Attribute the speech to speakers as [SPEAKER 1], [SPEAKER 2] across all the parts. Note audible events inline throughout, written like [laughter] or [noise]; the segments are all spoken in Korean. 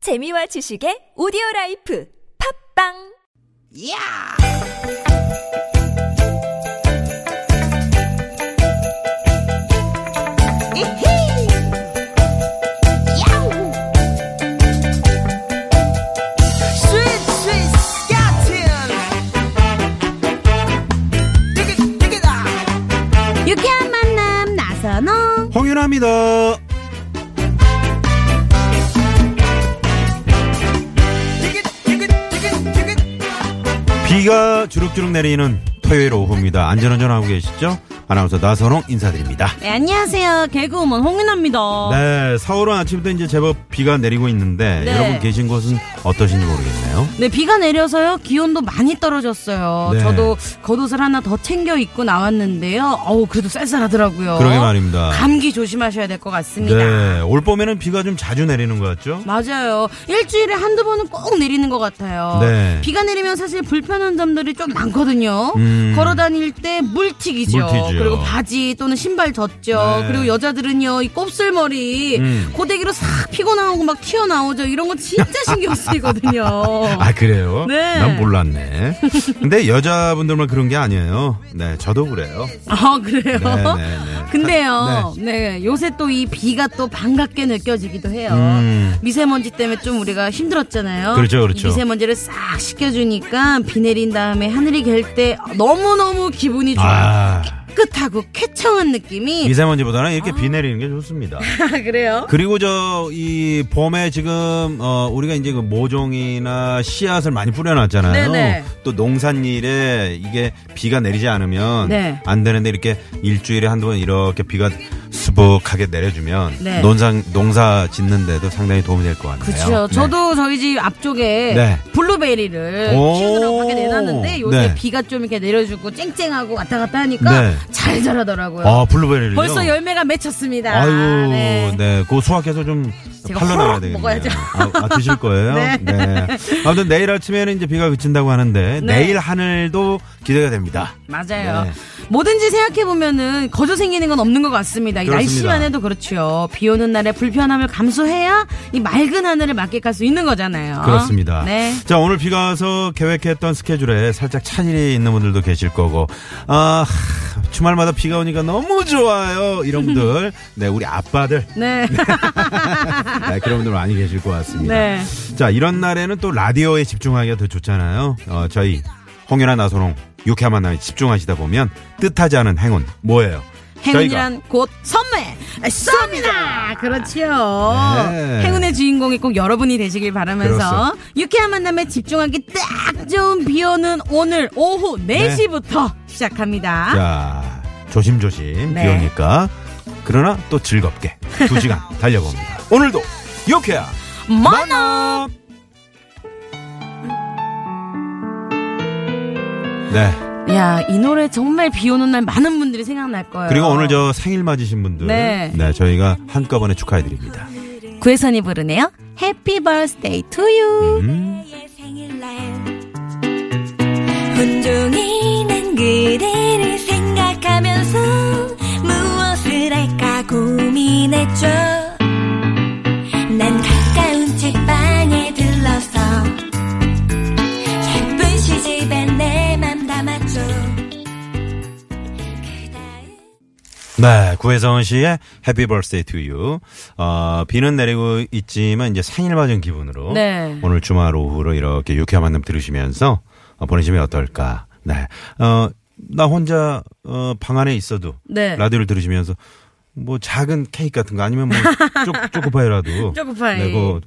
[SPEAKER 1] 재미와 지식의 오디오 라이프 팝빵
[SPEAKER 2] 야! 이히! 야우! 스윗 스윗 스캇틴! 디귿 디귿아!
[SPEAKER 3] 유쾌한 만남 나선홍
[SPEAKER 4] 홍윤아입니다.
[SPEAKER 2] 디귿 디귿 디귿 디귿
[SPEAKER 4] 비가 주룩주룩 내리는 토요일 오후입니다. 안전운전하고 계시죠? 아나운서 나선홍 인사드립니다.
[SPEAKER 3] 네, 안녕하세요 개그우먼 홍윤아입니다
[SPEAKER 4] 네, 서울은 아침부터 이제 제법 비가 내리고 있는데
[SPEAKER 3] 네.
[SPEAKER 4] 여러분 계신 곳은 어떠신지 모르겠네요.
[SPEAKER 3] 네, 비가 내려서요 기온도 많이 떨어졌어요
[SPEAKER 4] 네.
[SPEAKER 3] 저도 겉옷을 하나 더 챙겨 입고 나왔는데요 어우 그래도 쌀쌀하더라고요
[SPEAKER 4] 그러게 말입니다.
[SPEAKER 3] 감기 조심하셔야 될 것 같습니다
[SPEAKER 4] 네, 올 봄에는 비가 좀 자주 내리는 것 같죠?
[SPEAKER 3] 맞아요. 일주일에 한두 번은 꼭 내리는 것 같아요.
[SPEAKER 4] 네.
[SPEAKER 3] 비가 내리면 사실 불편한 점들이 좀 많거든요.
[SPEAKER 4] 음.
[SPEAKER 3] 걸어 다닐 때 물튀기죠.
[SPEAKER 4] 물튀지요.
[SPEAKER 3] 그리고 바지 또는 신발 젖죠.
[SPEAKER 4] 네.
[SPEAKER 3] 그리고 여자들은요, 이 곱슬머리,
[SPEAKER 4] 음.
[SPEAKER 3] 고데기로 싹 피고 나오고 막 튀어나오죠. 이런 거 진짜 신경 쓰이거든요.
[SPEAKER 4] [laughs] 아 그래요?
[SPEAKER 3] 어. 네.
[SPEAKER 4] 난 몰랐네. 근데 여자분들만 그런 게 아니에요. 네, 저도 그래요.
[SPEAKER 3] 아, 그래요?
[SPEAKER 4] 네, 네, 네.
[SPEAKER 3] [laughs] 근데요, 네. 요새 또 이 비가 또 반갑게 느껴지기도 해요.
[SPEAKER 4] 음.
[SPEAKER 3] 미세먼지 때문에 좀 우리가 힘들었잖아요.
[SPEAKER 4] 그렇죠, 그렇죠.
[SPEAKER 3] 이 미세먼지를 싹 씻겨주니까 비 내린 다음에 하늘이 갤 때 너무너무 기분이 좋아요.
[SPEAKER 4] 아,
[SPEAKER 3] 깨끗하고 쾌청한 느낌이.
[SPEAKER 4] 미세먼지보다는 이렇게 비 내리는 게
[SPEAKER 3] [laughs]
[SPEAKER 4] 좋습니다.
[SPEAKER 3] 아, 그래요?
[SPEAKER 4] 그리고 저 이 봄에 지금 어 우리가 이제 그 모종이나 씨앗을 많이 뿌려놨잖아요.
[SPEAKER 3] 네네.
[SPEAKER 4] 또 농산일에 이게 비가 내리지 않으면
[SPEAKER 3] 네.
[SPEAKER 4] 안 되는데 이렇게 일주일에 한두 번 이렇게 비가 수북하게 내려주면
[SPEAKER 3] 네.
[SPEAKER 4] 논산 농사 짓는데도 상당히 도움이 될 것 같네요.
[SPEAKER 3] 그렇죠.
[SPEAKER 4] 네.
[SPEAKER 3] 저도 저희 집 앞쪽에
[SPEAKER 4] 네.
[SPEAKER 3] 블루베리를
[SPEAKER 4] 오.
[SPEAKER 3] 키우느라고 밖에 내놨는데 요새
[SPEAKER 4] 네.
[SPEAKER 3] 비가 좀 이렇게 내려주고 쨍쨍하고 왔다 갔다 하니까
[SPEAKER 4] 네.
[SPEAKER 3] 잘 자라더라고요.
[SPEAKER 4] 아 블루베리를
[SPEAKER 3] 벌써 열매가 맺혔습니다.
[SPEAKER 4] 아유,
[SPEAKER 3] 네.
[SPEAKER 4] 네. 그 수확해서 좀
[SPEAKER 3] 제가
[SPEAKER 4] 팔러 나가야
[SPEAKER 3] 호박
[SPEAKER 4] 되겠네요.
[SPEAKER 3] 먹어야죠.
[SPEAKER 4] 아, 아, 드실
[SPEAKER 3] [laughs]
[SPEAKER 4] 거예요?
[SPEAKER 3] 네.
[SPEAKER 4] 네. 아무튼 내일 아침에는 이제 비가 그친다고
[SPEAKER 3] 네.
[SPEAKER 4] 하는데 내일 하늘도 기대가 됩니다.
[SPEAKER 3] 맞아요.
[SPEAKER 4] 네.
[SPEAKER 3] 뭐든지 생각해보면은 거저 생기는 건 없는 것 같습니다. 이
[SPEAKER 4] 그렇습니다.
[SPEAKER 3] 날씨만 해도 그렇죠. 비 오는 날의 불편함을 감수해야 이 맑은 하늘을 맞게 할 수 있는 거잖아요.
[SPEAKER 4] 그렇습니다.
[SPEAKER 3] 네.
[SPEAKER 4] 자, 오늘 비가 와서 계획했던 스케줄에 살짝 차질이 있는 분들도 계실 거고, 아, 하, 주말마다 비가 오니까 너무 좋아요.
[SPEAKER 3] [laughs]
[SPEAKER 4] 이런 분들, 네, 우리 아빠들,
[SPEAKER 3] 네.
[SPEAKER 4] 네, 그런 분들 많이 계실 것 같습니다.
[SPEAKER 3] 네.
[SPEAKER 4] 자, 이런 날에는 또 라디오에 집중하기가 더 좋잖아요. 어, 저희, 홍윤아 나선홍, 유쾌한 만남에 집중하시다 보면 뜻하지 않은 행운, 뭐예요?
[SPEAKER 3] [laughs] 행운이란 곧 선물 쏩니다. 그렇지요.
[SPEAKER 4] 네.
[SPEAKER 3] 행운의 주인공이 꼭 여러분이 되시길 바라면서
[SPEAKER 4] 그렇소.
[SPEAKER 3] 유쾌한 만남에 집중하기 딱 좋은 비오는 오늘 오후 4시부터 시작합니다.
[SPEAKER 4] 네. 자, 조심조심
[SPEAKER 3] 아? 네.
[SPEAKER 4] 비 오니까 그러나 또 즐겁게
[SPEAKER 3] [laughs]
[SPEAKER 4] 두 시간 달려봅니다. 오늘도 유쾌야
[SPEAKER 3] 만남.
[SPEAKER 4] 네.
[SPEAKER 3] 야, 이 노래 정말 비 오는 날 많은 분들이 생각날 거예요.
[SPEAKER 4] 그리고 오늘 저 생일 맞으신 분들
[SPEAKER 3] 네.
[SPEAKER 4] 네, 저희가 한꺼번에 축하해 드립니다.
[SPEAKER 3] 구혜선이 그 부르네요. 해피 버스데이 투 유.
[SPEAKER 4] 음.
[SPEAKER 5] 나의 생일날 온종일 난 그대를 생각하면서 무엇을 할까 고민했죠 난 가까운 책방에 들러서 예쁜 시집에 내 맘 담았죠 그다음
[SPEAKER 4] 네, 구혜성 씨의 해피 벌스데이 투 유. 어, 비는 내리고 있지만 이제 생일 맞은 기분으로
[SPEAKER 3] 네.
[SPEAKER 4] 오늘 주말 오후로 이렇게 유쾌한 만남 들으시면서 어, 보내시면 어떨까? 네. 어, 나 혼자 어, 방 안에 있어도
[SPEAKER 3] 네.
[SPEAKER 4] 라디오를 들으시면서 뭐 작은 케이크 같은 거 아니면 뭐
[SPEAKER 3] [laughs]
[SPEAKER 4] 쪼- 초코파이라도
[SPEAKER 3] 초코파이.
[SPEAKER 4] 네, 그거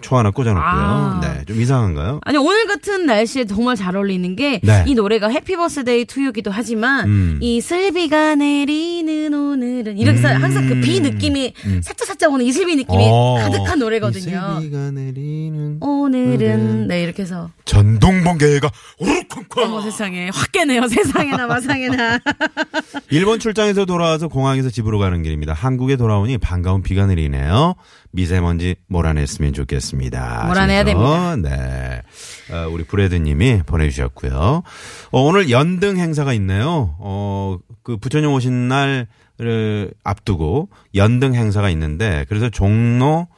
[SPEAKER 4] 초 하나 꽂아 놓고요.
[SPEAKER 3] 아.
[SPEAKER 4] 네. 좀 이상한가요?
[SPEAKER 3] 아니 오늘 같은 날씨에 정말 잘 어울리는 게 이
[SPEAKER 4] 네.
[SPEAKER 3] 노래가 해피 버스데이 투유기도 하지만
[SPEAKER 4] 음.
[SPEAKER 3] 이 슬비가 내리는 오늘은 이렇게 해서 항상 그 비 느낌이 살짝 살짝 오는 이 슬비 느낌이
[SPEAKER 4] 음. 어.
[SPEAKER 3] 가득한 노래거든요. 어?
[SPEAKER 4] 이슬비가 내리는
[SPEAKER 3] 오늘은 네 이렇게 해서
[SPEAKER 4] 전동 번개가
[SPEAKER 3] 어머
[SPEAKER 4] 우르쿵쾅.
[SPEAKER 3] 세상에 확 깨네요 [laughs] 세상에나
[SPEAKER 4] [laughs]
[SPEAKER 3] 마상에나
[SPEAKER 4] 일본 출장에서 돌아와서 공항에서 집으로 가는 길입니다. 한국에 돌아오니 반가운 비가 내리네요. 미세먼지 몰아냈으면 좋겠습니다.
[SPEAKER 3] 몰아내야
[SPEAKER 4] 하시면서, 네. 어, 우리 브레드님이 보내주셨고요. 어, 오늘 연등 행사가 있네요. 어, 그 부처님 오신 날을 앞두고 연등 행사가 있는데 그래서 종로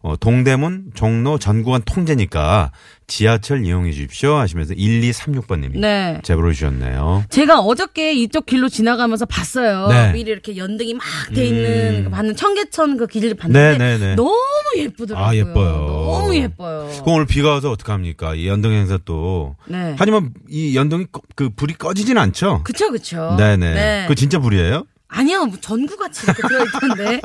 [SPEAKER 4] 어, 동대문, 종로, 전구간 통제니까 지하철 이용해 주십시오 하시면서 1236번님이
[SPEAKER 3] 네.
[SPEAKER 4] 제보를 주셨네요.
[SPEAKER 3] 제가 어저께 이쪽 길로 지나가면서 봤어요.
[SPEAKER 4] 네. 음.
[SPEAKER 3] 미리 이렇게 연등이 막 돼 있는 그 봤는 청계천 그 길을 봤는데
[SPEAKER 4] 네, 네, 네.
[SPEAKER 3] 너무 예쁘더라고요.
[SPEAKER 4] 아, 예뻐요.
[SPEAKER 3] 너무 예뻐요.
[SPEAKER 4] 그럼 오늘 비가 와서 어떡합니까? 이 연등 행사 또.
[SPEAKER 3] 네.
[SPEAKER 4] 하지만 이 연등이 꺼- 그 불이 꺼지진 않죠?
[SPEAKER 3] 그쵸 그쵸.
[SPEAKER 4] 네네.
[SPEAKER 3] 네.
[SPEAKER 4] 그거 진짜 불이에요?
[SPEAKER 3] 아니요 뭐 전구같이 이렇게
[SPEAKER 4] [laughs]
[SPEAKER 3] 들어있던데.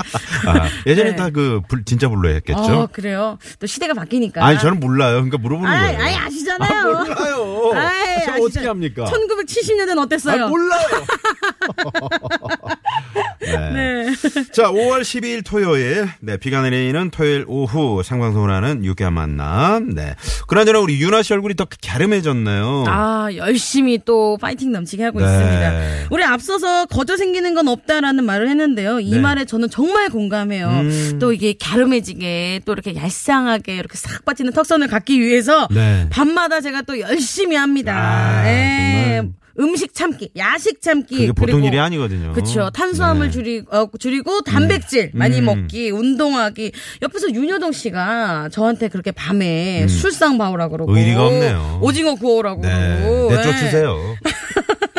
[SPEAKER 4] 아, 예전에
[SPEAKER 3] 네.
[SPEAKER 4] 다 그 불 진짜 불로 했겠죠?
[SPEAKER 3] 어 그래요. 또 시대가 바뀌니까.
[SPEAKER 4] 아니 저는 몰라요. 그러니까 물어보는
[SPEAKER 3] 아이,
[SPEAKER 4] 거예요.
[SPEAKER 3] 아이 아시잖아요.
[SPEAKER 4] 아, 몰라요.
[SPEAKER 3] 아이,
[SPEAKER 4] 저
[SPEAKER 3] 아시잖아요.
[SPEAKER 4] 어떻게 합니까?
[SPEAKER 3] 1970년대는 어땠어요?
[SPEAKER 4] 아, 몰라요.
[SPEAKER 3] [laughs]
[SPEAKER 4] 네. 자, 5월 12일 토요일, 네, 비가 내리는 토요일 오후 생방송을 하는 유쾌한 만남. 네. 그나저나 우리 유나 씨 얼굴이 더 갸름해졌네요.
[SPEAKER 3] 아, 열심히 또 파이팅 넘치게 하고
[SPEAKER 4] 네.
[SPEAKER 3] 있습니다. 우리 앞서서 거저 생기는 건 없다라는 말을 했는데요. 이
[SPEAKER 4] 네. 음.
[SPEAKER 3] 말에 저는 정말 공감해요. 또 이게 갸름해지게 또 이렇게 얄쌍하게 이렇게 싹 빠지는 턱선을 갖기 위해서
[SPEAKER 4] 네.
[SPEAKER 3] 밤마다 제가 또 열심히 합니다.
[SPEAKER 4] 아,
[SPEAKER 3] 예.
[SPEAKER 4] 정말.
[SPEAKER 3] 음식 참기, 야식 참기.
[SPEAKER 4] 그게 보통
[SPEAKER 3] 그리고
[SPEAKER 4] 일이 아니거든요.
[SPEAKER 3] 그렇죠. 탄수화물
[SPEAKER 4] 네.
[SPEAKER 3] 줄이 어, 줄이고 단백질 많이
[SPEAKER 4] 음.
[SPEAKER 3] 먹기, 운동하기. 옆에서 윤여동 씨가 저한테 그렇게 밤에 술상 봐오라 그러고
[SPEAKER 4] 음. 의리가 없네요.
[SPEAKER 3] 오징어 구워오라고
[SPEAKER 4] 네.
[SPEAKER 3] 그러고. [laughs]
[SPEAKER 4] 내쫓으세요.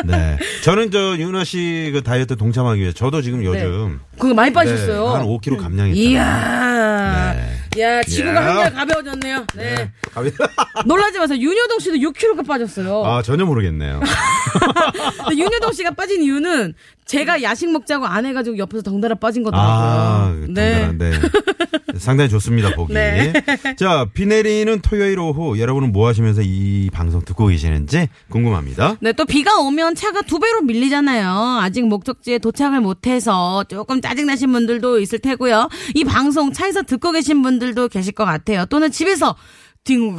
[SPEAKER 4] 네. 저는 저 유나 씨 그 다이어트 동참하기 위해 저도 지금
[SPEAKER 3] 네.
[SPEAKER 4] 요즘
[SPEAKER 3] 그거 많이 빠졌어요.
[SPEAKER 4] 네, 한 5kg 감량했죠.
[SPEAKER 3] 이야. 야, 지구가
[SPEAKER 4] 이야.
[SPEAKER 3] 한결 가벼워졌네요. 네.
[SPEAKER 4] [laughs] 가위-
[SPEAKER 3] 놀라지 마세요. 윤여동 씨도 6kg가 빠졌어요.
[SPEAKER 4] 아, 전혀 모르겠네요.
[SPEAKER 3] [laughs] 근데 윤여동 씨가 빠진 이유는 제가 야식 먹자고 안 해가지고 옆에서 덩달아 빠진 거더라고요.
[SPEAKER 4] 아, 네. 네.
[SPEAKER 3] [laughs]
[SPEAKER 4] 상당히 좋습니다, 보기.
[SPEAKER 3] 네.
[SPEAKER 4] [laughs] 자, 비 내리는 토요일 오후 여러분은 뭐 하시면서 이 방송 듣고 계시는지 궁금합니다.
[SPEAKER 3] 네, 또 비가 오면 차가 두 배로 밀리잖아요. 아직 목적지에 도착을 못해서 조금 짜증나신 분들도 있을 테고요. 이 방송 차에서 듣고 계신 분들도 계실 것 같아요. 또는 집에서 뒹굴,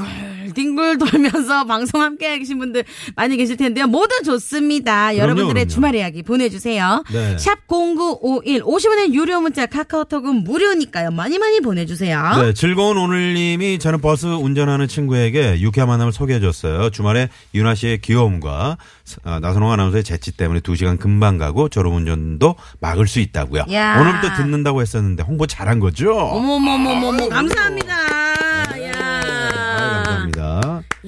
[SPEAKER 3] 뒹굴 [laughs] 돌면서 방송 함께 계신 분들 많이 계실 텐데요. 모두 좋습니다. 여러분들의
[SPEAKER 4] 그럼요.
[SPEAKER 3] 주말 이야기 보내주세요.
[SPEAKER 4] 네.
[SPEAKER 3] 샵 0951, 50원의 유료 문자 카카오톡은 무료니까요. 많이 많이 보내주세요.
[SPEAKER 4] 네, 즐거운 오늘님이 저는 버스 운전하는 친구에게 유쾌한 만남을 소개해줬어요. 주말에 윤아 씨의 귀여움과 아, 나선홍 아나운서의 재치 때문에 두 시간 금방 가고 졸음운전도 막을 수 있다고요.
[SPEAKER 3] 야.
[SPEAKER 4] 오늘부터 듣는다고 했었는데 홍보 잘한 거죠?
[SPEAKER 3] 어머머머머머, 감사합니다. 야.
[SPEAKER 4] 아유, 감사합니다.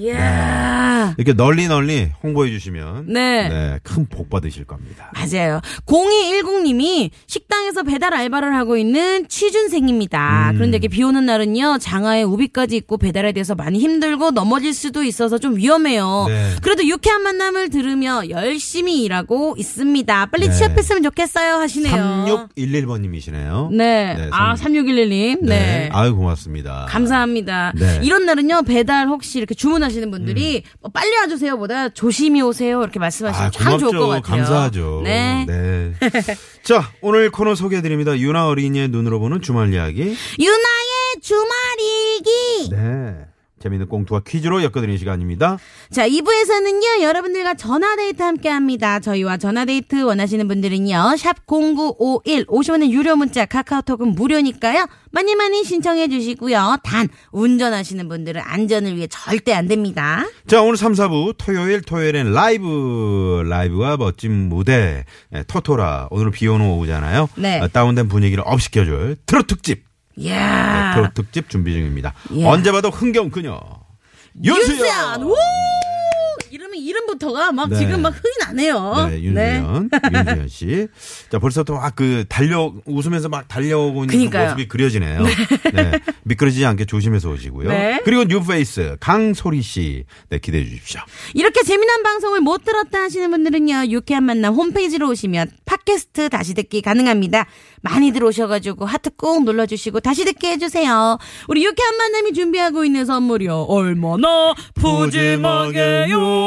[SPEAKER 3] 야.
[SPEAKER 4] 이렇게 널리 널리 홍보해 주시면
[SPEAKER 3] 네.
[SPEAKER 4] 큰 복 받으실 겁니다.
[SPEAKER 3] 맞아요. 0210님이 식당에서 배달 알바를 하고 있는
[SPEAKER 4] 음.
[SPEAKER 3] 취준생입니다. 그런데 이게 비 오는 날은요, 장화에 우비까지 입고 배달에 대해서 많이 힘들고 넘어질 수도 있어서 좀 위험해요.
[SPEAKER 4] 네.
[SPEAKER 3] 그래도 유쾌한 만남을 들으며 열심히 일하고 있습니다. 빨리
[SPEAKER 4] 네.
[SPEAKER 3] 취업했으면 좋겠어요. 하시네요.
[SPEAKER 4] 3611번 님이시네요.
[SPEAKER 3] 네. 아, 3611님. 네.
[SPEAKER 4] 아유 고맙습니다.
[SPEAKER 3] 감사합니다.
[SPEAKER 4] 네. 음.
[SPEAKER 3] 이런 날은요 배달 혹시 이렇게 주문하시는 분들이 뭐 빨리 와주세요보다 조심히 오세요 이렇게
[SPEAKER 4] 아,
[SPEAKER 3] 말씀하시면 참 좋을 것
[SPEAKER 4] 고맙죠.
[SPEAKER 3] 같아요.
[SPEAKER 4] 감사하죠.
[SPEAKER 3] 네.
[SPEAKER 4] 네. [laughs] 자, 오늘 코너 소개해 드립니다. 유나 어린이의 눈으로 보는 주말 이야기.
[SPEAKER 3] 유나의 주말 일기.
[SPEAKER 4] 네. 재미있는 꽁투와 퀴즈로 엮어드리는 시간입니다.
[SPEAKER 3] 자, 2부에서는요, 여러분들과 전화데이트 함께 합니다. 저희와 전화데이트 원하시는 분들은요, 샵0951, 50원의 유료 문자, 카카오톡은 무료니까요, 많이 많이 신청해 주시고요. 단, 운전하시는 분들은 안전을 위해 절대 안 됩니다.
[SPEAKER 4] 자, 오늘 3, 4부 토요일 토요일엔 라이브 라이브와 멋진 무대 네, 토토라 오늘 비 오는 오후잖아요.
[SPEAKER 3] 네.
[SPEAKER 4] 어, 다운된 분위기를 업시켜줄 트롯 특집 네,
[SPEAKER 3] 이야.
[SPEAKER 4] 트롯 특집 준비 중입니다.
[SPEAKER 3] 아. 예.
[SPEAKER 4] 언제 봐도 흥겨운 그녀
[SPEAKER 3] 윤수연!
[SPEAKER 4] 윤수연.
[SPEAKER 3] 우! 이름이 이름부터가 막
[SPEAKER 4] 네.
[SPEAKER 3] 지금 막 흥이 어? 나네요.
[SPEAKER 4] 네, 윤수연,
[SPEAKER 3] [laughs]
[SPEAKER 4] 윤수연 씨. 자, 벌써부터 막 그 달려 웃으면서 막 달려오고 있는 그
[SPEAKER 3] 그니까요.
[SPEAKER 4] 모습이 그려지네요. 네, 미끄러지지 않게 조심해서 오시고요.
[SPEAKER 3] 네.
[SPEAKER 4] 그리고 뉴페이스 강소리 씨, 네 기대해 주십시오.
[SPEAKER 3] 이렇게 재미난 방송을 못 들었다 하시는 분들은요, 유쾌한 만남 홈페이지로 오시면 팟캐스트 다시 듣기 가능합니다. 많이 들어오셔가지고 하트 꾹 눌러주시고 다시 듣게 해주세요. 우리 유쾌한 만남이 준비하고 있는 선물이요. 얼마나 푸짐하게요.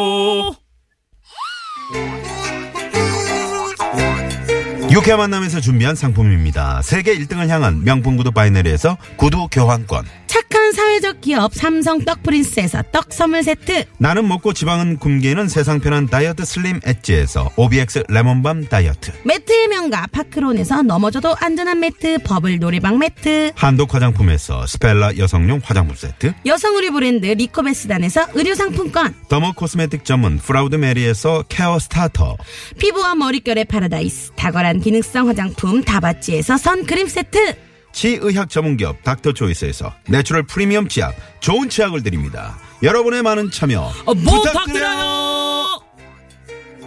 [SPEAKER 4] 육회 만남에서 준비한 상품입니다. 세계 1등을 향한 명품 구두 바이네리에서 구두 교환권.
[SPEAKER 3] 착한 사회적 기업 삼성 떡 프린스에서 떡 선물 세트.
[SPEAKER 4] 나는 먹고 지방은 굶기는 세상 편한 다이어트 슬림 엣지에서 OBX 레몬밤 다이어트.
[SPEAKER 3] 매트의 명가 파크론에서 넘어져도 안전한 매트 버블 노래방 매트.
[SPEAKER 4] 한독 화장품에서 스펠라 여성용 화장품 세트.
[SPEAKER 3] 여성 의류 브랜드 리코베스단에서 의류 상품권.
[SPEAKER 4] 더머 코스메틱 전문 프라우드 메리에서 케어 스타터.
[SPEAKER 3] 피부와 머릿결의 파라다이스 다거란 기능성 화장품 다바찌에서 선크림 세트
[SPEAKER 4] 치의학 전문기업 닥터초이스에서 내추럴 프리미엄 치약 좋은 치약을 드립니다. 여러분의 많은 참여
[SPEAKER 3] 어, 뭐
[SPEAKER 4] 부탁드려요.
[SPEAKER 3] 박드려요.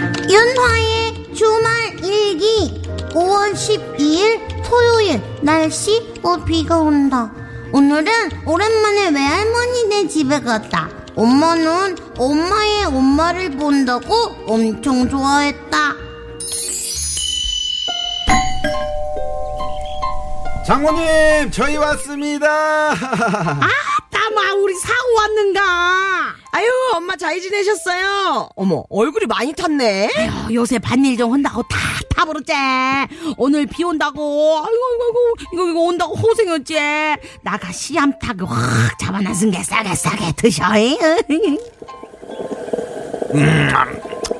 [SPEAKER 6] 윤화의 주말 일기 5월 12일 토요일 날씨 어 비가 온다 오늘은 오랜만에 외할머니네 집에 갔다 엄마는 엄마의 엄마를 본다고 엄청 좋아했다
[SPEAKER 4] 장모님 저희 왔습니다. [laughs]
[SPEAKER 7] 따마 우리 사고 왔는가? 아유 엄마 잘 지내셨어요? 어머 얼굴이 많이 탔네.
[SPEAKER 3] 아유, 요새 반일 좀 한다고 다 타버렸지. 오늘 비 온다고. 아이고, 아이고, 아이고. 이거, 이거 온다고 호생했지. 나가 씨암탉 확 잡아놨은 게 싸게 싸게 드셔잉. [laughs]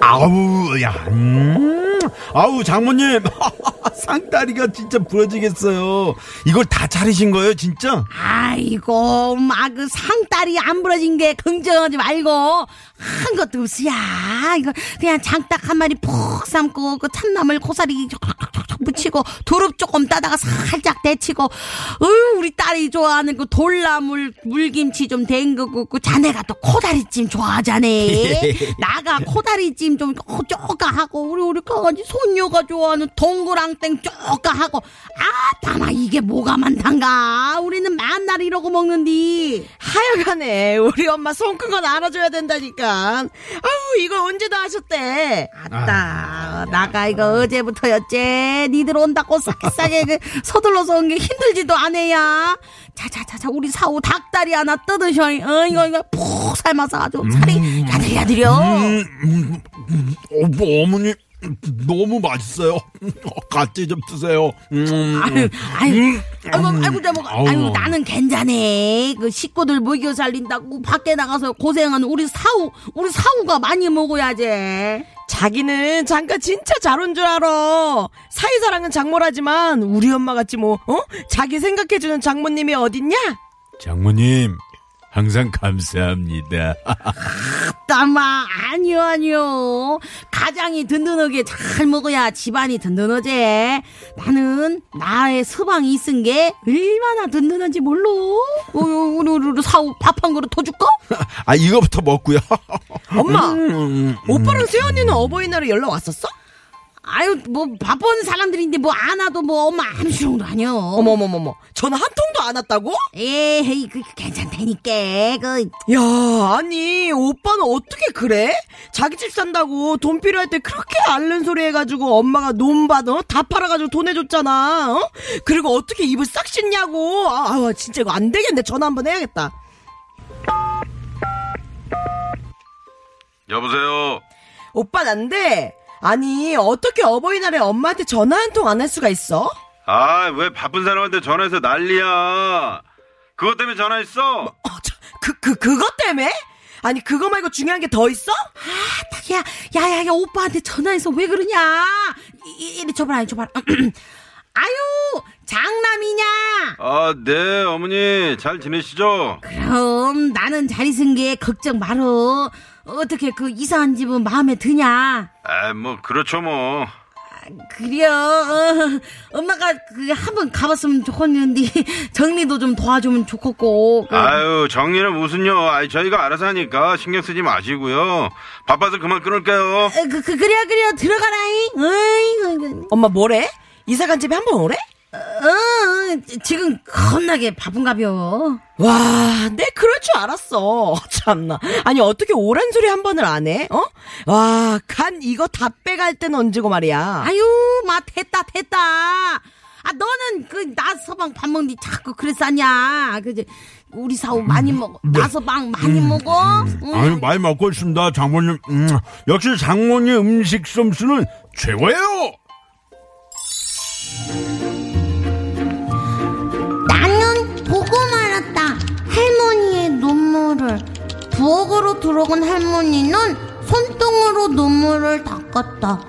[SPEAKER 4] 아우 야 음. 아우 장모님 [laughs] 상다리가 진짜 부러지겠어요. 이걸 다 차리신 거예요 진짜?
[SPEAKER 3] 아이고, 막 그 상다리 안 부러진 게 긍정하지 말고. 한 것도 없이야. 이거 그냥 장닭 한 마리 푹 삶고, 그 참나물 고사리 쫙쫙쫙 묻히고, 두릅 조금 따다가 살짝 데치고, 으유, 우리 딸이 좋아하는 그 돌나물, 물김치 좀 헹구고, 그 자네가 또 코다리찜 좋아하잖아. 나가 코다리찜 좀 어, 쪼가하고, 우리 우리 강아지 손녀가 좋아하는 동그랑땡 쪼가하고, 아, 다마 이게 뭐가 많단가. 우리는 맨날 이러고 먹는디.
[SPEAKER 7] 하여간에 우리 엄마 손큰건 알아줘야 된다니까. 아우 이걸 언제 다 하셨대?
[SPEAKER 3] 아따 나가 이거 어제부터였지 니들 온다고 싸게싸게 그 서둘러서 온 게 힘들지도 않아야 자자자자 우리 사우 닭다리 하나 뜯으셔 어 이거 이거 푹 삶아서 아주 살이 야들야들여
[SPEAKER 4] 음, 음, 음, 어, 뭐, 어머니 너무 맛있어요. [laughs] 같이 좀 드세요. 음.
[SPEAKER 3] 아유, 아유, 아이고, 예. 아이고, 잘 먹어. 아유,
[SPEAKER 4] 아우.
[SPEAKER 3] 나는 괜찮네. 그 식구들 먹여 살린다고 밖에 나가서 고생하는 우리 사우, 우리 사우가 많이 먹어야지.
[SPEAKER 7] 자기는 잠깐 진짜 잘 온 줄 알아. 사이사랑은 장모라지만 우리 엄마 같지 뭐. 어? 자기 생각해주는 장모님이 어딨냐?
[SPEAKER 4] 장모님 항상 감사합니다. [laughs]
[SPEAKER 3] 따마 아니요 아니요 가장이 든든하게 잘 먹어야 집안이 든든하지 나는 나의 서방이 있은 게 얼마나 든든한지 몰라 어, 우리 우리 우리 사우 밥 한 그릇 더 줄까?
[SPEAKER 4] 아 이거부터 먹고요. [laughs]
[SPEAKER 7] 엄마,
[SPEAKER 4] 음,
[SPEAKER 7] 오빠랑 수연이는 어버이날에 연락 왔었어?
[SPEAKER 3] 아유 뭐 바쁜 사람들인데 뭐 안 와도 뭐 엄마 아무 정도 아니요
[SPEAKER 7] 어머머머머, 전화 한 통도 안 왔다고?
[SPEAKER 3] 에이 그 괜찮다니까 그
[SPEAKER 7] 야, 아니, 오빠는 어떻게 그래? 자기 집 산다고 돈 필요할 때 그렇게 앓는 소리 해가지고 엄마가 논밭, 어? 다 팔아가지고 돈 해줬잖아, 어? 그리고 어떻게 입을 싹 씻냐고. 아, 아우, 진짜 이거 안 되겠네. 전화 한번 해야겠다.
[SPEAKER 4] 여보세요.
[SPEAKER 7] 오빠 난데, 아니, 어떻게 어버이날에 엄마한테 전화 한 통 안 할 수가 있어?
[SPEAKER 4] 아 왜 바쁜 사람한테 전화해서 난리야. 그것 때문에 전화했어.
[SPEAKER 7] 어, 저, 그, 그, 그것 때문에? 아니, 그거 말고 중요한 게 더 있어?
[SPEAKER 3] 야, 야, 야, 야, 오빠한테 전화해서 왜 그러냐? 이, 이- 이리 줘봐라, 이리 줘봐라. [clears throat] 아유, 장남이냐?
[SPEAKER 4] 아 네 어머니 잘 지내시죠?
[SPEAKER 3] 그럼 나는 잘 있은 게 걱정 말어. 어떻게 그 이사한 집은 마음에 드냐?
[SPEAKER 4] 아 뭐 그렇죠 뭐.
[SPEAKER 3] 그래요. 어, [laughs] 엄마가 그 한번 가봤으면 좋겠는데 [laughs] 정리도 좀 도와주면 좋겠고. 그,
[SPEAKER 4] 아유 정리는 무슨요? 아이 저희가 알아서 하니까 신경 쓰지 마시고요. 바빠서 그만 끊을게요.
[SPEAKER 3] 어, 그, 그, 그래요, 그래요. 들어가라잉. 어이, 그, 그.
[SPEAKER 7] 엄마 뭐래? 이사 간 집에 한 번 오래?
[SPEAKER 3] 어, 어, 지금 겁나게 바쁜가벼.
[SPEAKER 7] 와, 내 그럴 줄 알았어. [laughs] 참나. 아니, 어떻게 오란 소리 한 번을 안 해? 어? 와, 간 이거 다 빼갈 땐 언제고 말이야.
[SPEAKER 3] 아유, 마, 됐다, 됐다. 아, 너는, 그, 나 서방 밥 먹니 자꾸 그랬었냐. 그지? 우리 사우 많이 먹어.
[SPEAKER 4] 음, 네.
[SPEAKER 3] 나 서방 많이 먹어. 응.
[SPEAKER 4] 아유 많이 먹고 있습니다 장모님 음, 역시 장모님 음식 솜씨는 최고예요
[SPEAKER 6] 나는 보고 말았다. 할머니의 눈물을. 부엌으로 들어간 할머니는 손등으로 눈물을 닦았다.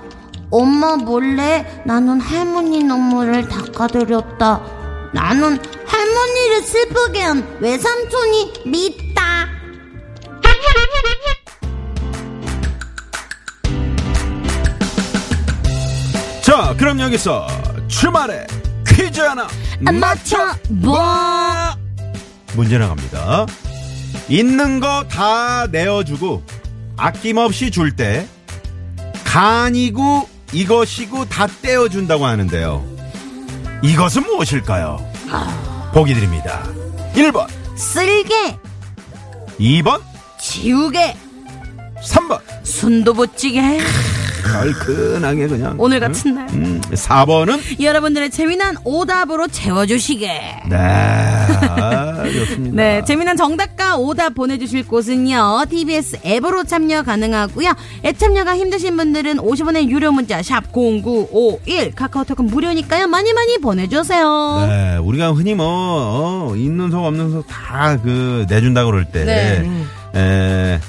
[SPEAKER 6] 엄마 몰래 나는 할머니 눈물을 닦아드렸다. 나는 할머니를 슬프게 한 외삼촌이 밉다.
[SPEAKER 4] 자, 그럼 여기서 주말에 퀴즈 하나
[SPEAKER 6] 맞춰
[SPEAKER 3] 뭐
[SPEAKER 4] 봐. 문제 나갑니다. 있는 거 다 내어주고 아낌없이 줄 때 간이고 이것이고 다 떼어준다고 하는데요. 이것은 무엇일까요? 보기 드립니다. 1번,
[SPEAKER 6] 쓸개,
[SPEAKER 4] 2번,
[SPEAKER 3] 지우개,
[SPEAKER 4] [laughs] 3번.
[SPEAKER 3] 순두부찌개.
[SPEAKER 4] 얼큰하게 그냥.
[SPEAKER 3] 오늘 같은 날.
[SPEAKER 4] 음, 4번은
[SPEAKER 3] 여러분들의 재미난 오답으로 채워주시게.
[SPEAKER 4] 네, 아, 좋습니다.
[SPEAKER 3] 네, 재미난 정답과 오답 보내주실 곳은요. TBS 앱으로 참여 가능하고요. 앱 참여가 힘드신 분들은 50원의 유료 문자 샵 #0951 카카오톡은 무료니까요. 많이 많이 보내주세요.
[SPEAKER 4] 네, 우리가 흔히 뭐 어, 있는 속 없는 속 다 그 내준다 그럴 때,
[SPEAKER 3] 네. 음.
[SPEAKER 4] 에,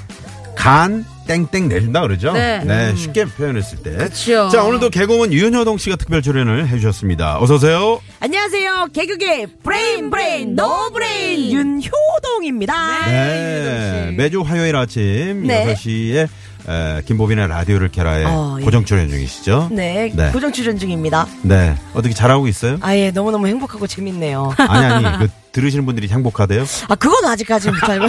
[SPEAKER 4] 간 땡땡 내준다 그러죠.
[SPEAKER 3] 네.
[SPEAKER 4] 쉽게 표현했을 때.
[SPEAKER 3] 그쵸.
[SPEAKER 4] 자, 오늘도 개공은 윤효동 씨가 특별 출연을 해주셨습니다. 어서 오세요.
[SPEAKER 7] 안녕하세요. 개그계 브레인 브레인 노브레인 윤효동입니다.
[SPEAKER 4] 네, 매주 화요일 아침
[SPEAKER 7] 네.
[SPEAKER 4] 6시에 에, 김보빈의 라디오를 캐라에
[SPEAKER 7] 어, 예.
[SPEAKER 4] 고정 출연 중이시죠?
[SPEAKER 7] 네,
[SPEAKER 4] 네.
[SPEAKER 7] 고정 출연 중입니다.
[SPEAKER 4] 네. 어떻게 잘하고 있어요?
[SPEAKER 7] 아예 너무너무 행복하고 재밌네요.
[SPEAKER 4] 아니, 아니.
[SPEAKER 7] [laughs]
[SPEAKER 4] 그, 들으시는 분들이 행복하대요?
[SPEAKER 7] 아 그건 아직까지는 잘 모르.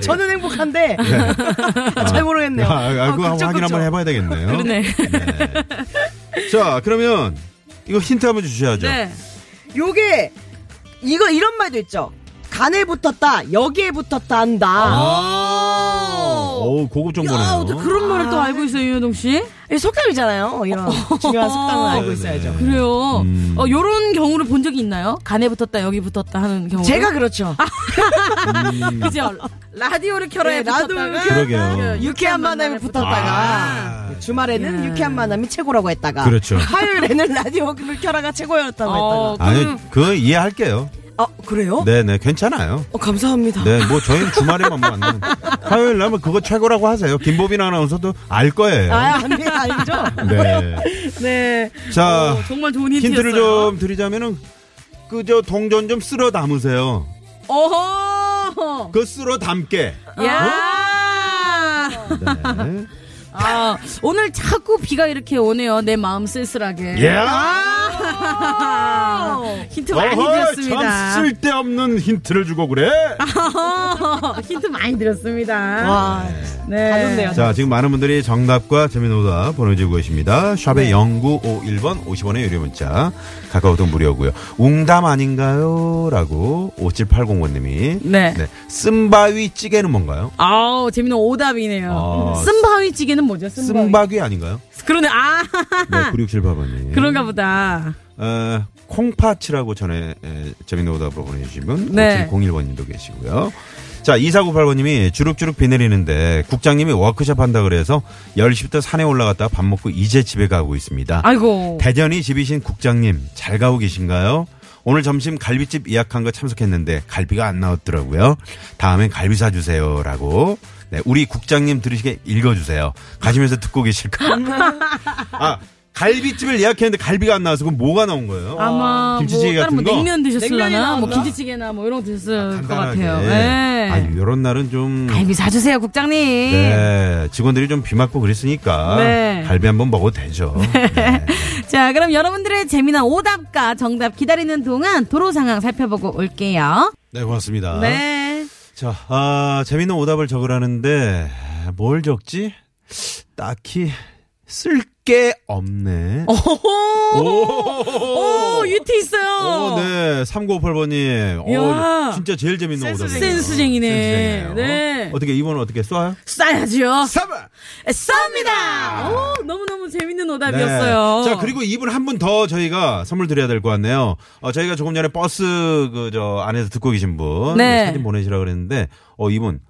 [SPEAKER 7] 저는 행복한데 [laughs] 잘 모르겠네요.
[SPEAKER 4] 예.
[SPEAKER 7] 어,
[SPEAKER 4] 아, 아, 그거
[SPEAKER 7] 그쵸,
[SPEAKER 4] 확인
[SPEAKER 7] 그쵸.
[SPEAKER 4] 한번 해봐야 되겠네요. 네. 자, 그러면 이거 힌트 한번 주셔야죠.
[SPEAKER 7] 네. 요게 이거 이런 말도 있죠. 간에 붙었다, 여기에 붙었다 한다.
[SPEAKER 4] 아. 어, 오, 고급
[SPEAKER 7] 아,
[SPEAKER 4] 정보네요.
[SPEAKER 7] 어떻게 그런 말을 또 알고 있어요.
[SPEAKER 3] 유효동 씨.
[SPEAKER 7] 이 예,
[SPEAKER 4] [laughs]
[SPEAKER 7] 속담이잖아요. 이런 중요한 속담을 알고 있어야죠.
[SPEAKER 4] 네.
[SPEAKER 3] 그래요.
[SPEAKER 4] 음.
[SPEAKER 3] 어, 요런 경우를 본 적이 있나요? 간에 붙었다, 여기 붙었다 하는 경우. 음.
[SPEAKER 7] 제가 그렇죠.
[SPEAKER 4] 아,
[SPEAKER 3] 그죠? 라디오를 켜라 해
[SPEAKER 7] 네, 라디오를
[SPEAKER 3] 붙었다가
[SPEAKER 7] 켜라
[SPEAKER 4] 그러게요.
[SPEAKER 7] 유쾌한 만남에 붙었다가 네,
[SPEAKER 4] 아.
[SPEAKER 7] 주말에는 유쾌한 만남이 최고라고 했다가
[SPEAKER 4] 그렇죠.
[SPEAKER 7] [laughs] 화요일에는 라디오를 그- 켜라가 최고였다고
[SPEAKER 3] 어,
[SPEAKER 7] 했다가
[SPEAKER 4] 아니,
[SPEAKER 3] 그럼
[SPEAKER 4] 그거 이해할게요.
[SPEAKER 7] 아 그래요?
[SPEAKER 4] 네네, 괜찮아요.
[SPEAKER 7] 어, 감사합니다.
[SPEAKER 4] 네, 뭐, 저희는 주말에만 만나는. 화요일 날면 그거 최고라고 하세요. 김보빈 아나운서도 알 거예요.
[SPEAKER 7] 아 아니 아니죠.
[SPEAKER 4] 네.
[SPEAKER 7] 네.
[SPEAKER 4] 자,
[SPEAKER 3] 정말 좋은 힌트였어요.
[SPEAKER 4] 힌트를 좀 드리자면은, 그, 저, 동전 좀 쓸어 담으세요.
[SPEAKER 3] 어허!
[SPEAKER 4] 그 쓸어 담게.
[SPEAKER 3] 야!
[SPEAKER 4] 네.
[SPEAKER 3] 아, 오늘 자꾸 비가 이렇게 오네요. 내 마음 쓸쓸하게.
[SPEAKER 4] 예!
[SPEAKER 3] [laughs] 힌트 아, 많이 드렸습니다. 아.
[SPEAKER 4] 참 쓸데없는 힌트를 주고 그래.
[SPEAKER 3] 어허, 힌트 많이 드렸습니다.
[SPEAKER 7] 와.
[SPEAKER 3] 네.
[SPEAKER 7] 다 좋네요.
[SPEAKER 4] 자, 지금 많은 분들이 정답과 재미난 오답 보내주고 계십니다. 샵의
[SPEAKER 3] 네.
[SPEAKER 4] 0951번 50원의 유료 문자. 카카오톡 무료고요. 웅담 아닌가요? 라고 5780번님이.
[SPEAKER 3] 네.
[SPEAKER 4] 쓴바위 찌개는 뭔가요?
[SPEAKER 3] 아우, 재밌는 오답이네요.
[SPEAKER 4] 아,
[SPEAKER 3] 쓴바위 찌개는 뭐죠? 쓴바위.
[SPEAKER 4] 쓴바귀 아닌가요?
[SPEAKER 3] 그러네. 아, 그렇죠.
[SPEAKER 4] 네, 9678번님.
[SPEAKER 3] 그런가 보다.
[SPEAKER 4] 어, 콩파츠라고 전에 에, 재밌는 오답으로 보내주신 분
[SPEAKER 3] 네.
[SPEAKER 4] 0701번님도 계시고요. 자 2498번님이 주룩주룩 비 내리는데 국장님이 워크숍 한다 그래서 10시부터 산에 올라갔다 밥 먹고 이제 집에 가고 있습니다.
[SPEAKER 3] 아이고.
[SPEAKER 4] 대전이 집이신 국장님 잘 가고 계신가요? 오늘 점심 갈비집 예약한 거 참석했는데 갈비가 안 나왔더라고요. 다음엔 갈비 사주세요라고. 네, 우리 국장님 들으시게 읽어주세요. 가시면서
[SPEAKER 3] [laughs]
[SPEAKER 4] 듣고 계실까? 아 갈비집을 예약했는데 갈비가 안 나와서 그럼 뭐가 나온 거예요?
[SPEAKER 3] 아마
[SPEAKER 4] 김치찌개
[SPEAKER 3] 뭐
[SPEAKER 4] 같은
[SPEAKER 3] 다른 뭐
[SPEAKER 4] 거?
[SPEAKER 3] 냉면 드셨을라나
[SPEAKER 7] 냉면이
[SPEAKER 3] 뭐
[SPEAKER 7] 나왔나?
[SPEAKER 3] 김치찌개나 뭐 이런 거 드셨을 것
[SPEAKER 4] 간단하게.
[SPEAKER 3] 같아요.
[SPEAKER 4] 아
[SPEAKER 3] 네.
[SPEAKER 4] 이런 날은 좀
[SPEAKER 3] 갈비 사주세요, 국장님.
[SPEAKER 4] 네, 직원들이 좀 비 맞고 그랬으니까
[SPEAKER 3] 네.
[SPEAKER 4] 갈비 한번 먹어도 되죠. 네.
[SPEAKER 3] 자, 그럼 여러분들의 재미난 오답과 정답 기다리는 동안 도로 상황 살펴보고 올게요.
[SPEAKER 4] 네, 고맙습니다.
[SPEAKER 3] 네.
[SPEAKER 4] 자, 아, 재밌는 오답을 적으라는데 뭘 적지? 딱히 쓸 게 없네.
[SPEAKER 3] 어. 오호! 오, 유티 있어요.
[SPEAKER 4] 어, 네. 3958번님.
[SPEAKER 3] 이야.
[SPEAKER 4] 어, 진짜 제일 재밌는 오답.
[SPEAKER 3] 센스쟁이네. 네.
[SPEAKER 4] 어떻게 이번은 어떻게 쏴요?
[SPEAKER 3] 싸야죠.
[SPEAKER 4] 쏴봐.
[SPEAKER 3] 쌉니다. 오, 너무너무 재밌는 오답이었어요.
[SPEAKER 4] 아. 네. 자, 그리고 이분 한 분 더 저희가 선물 드려야 될 것 같네요. 어, 저희가 조금 전에 버스 그 저 안에서 듣고 계신 분
[SPEAKER 3] 네.
[SPEAKER 4] 사진 보내시라 그랬는데 어 이분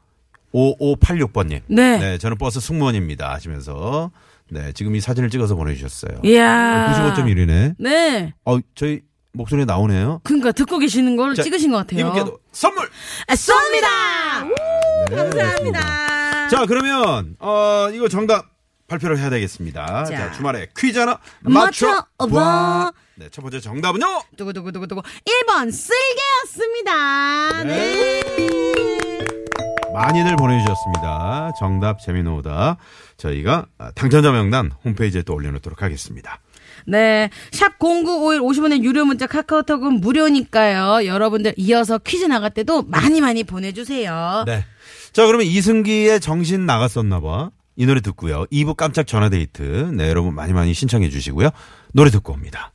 [SPEAKER 4] 5586번 님.
[SPEAKER 3] 네.
[SPEAKER 4] 저는 버스 승무원입니다 하시면서 네, 지금 이 사진을 찍어서 보내 주셨어요.
[SPEAKER 3] 이야.
[SPEAKER 4] 95.1이네.
[SPEAKER 3] 네.
[SPEAKER 4] 어, 저희 목소리 나오네요.
[SPEAKER 3] 그러니까 듣고 계시는 걸
[SPEAKER 4] 자,
[SPEAKER 3] 찍으신 것 같아요.
[SPEAKER 4] 이분께도 선물
[SPEAKER 3] 아, 쏩니다. 네.
[SPEAKER 4] 감사합니다. 자, 그러면 어 이거 정답 발표를 해야 되겠습니다.
[SPEAKER 3] 자.
[SPEAKER 4] 자, 주말에 퀴즈 하나
[SPEAKER 3] 맞춰
[SPEAKER 4] 맞춰
[SPEAKER 3] 봐.
[SPEAKER 4] 봐. 네, 첫 번째 정답은요.
[SPEAKER 3] 두구두구두구두구. 1번, 쓸개였습니다. 네.
[SPEAKER 4] 많이들 보내주셨습니다. 정답 재미노다. 저희가 당첨자 명단 홈페이지에 또 올려놓도록 하겠습니다.
[SPEAKER 3] 네. 샵 0951 50원의 유료 문자 카카오톡은 무료니까요. 여러분들 이어서 퀴즈 나갈 때도 많이 많이 보내주세요.
[SPEAKER 4] 네. 자, 그러면 이승기의 정신 나갔었나 봐. 이 노래 듣고요. 2부 깜짝 전화 데이트. 네, 여러분 많이 많이 신청해 주시고요. 노래 듣고 옵니다.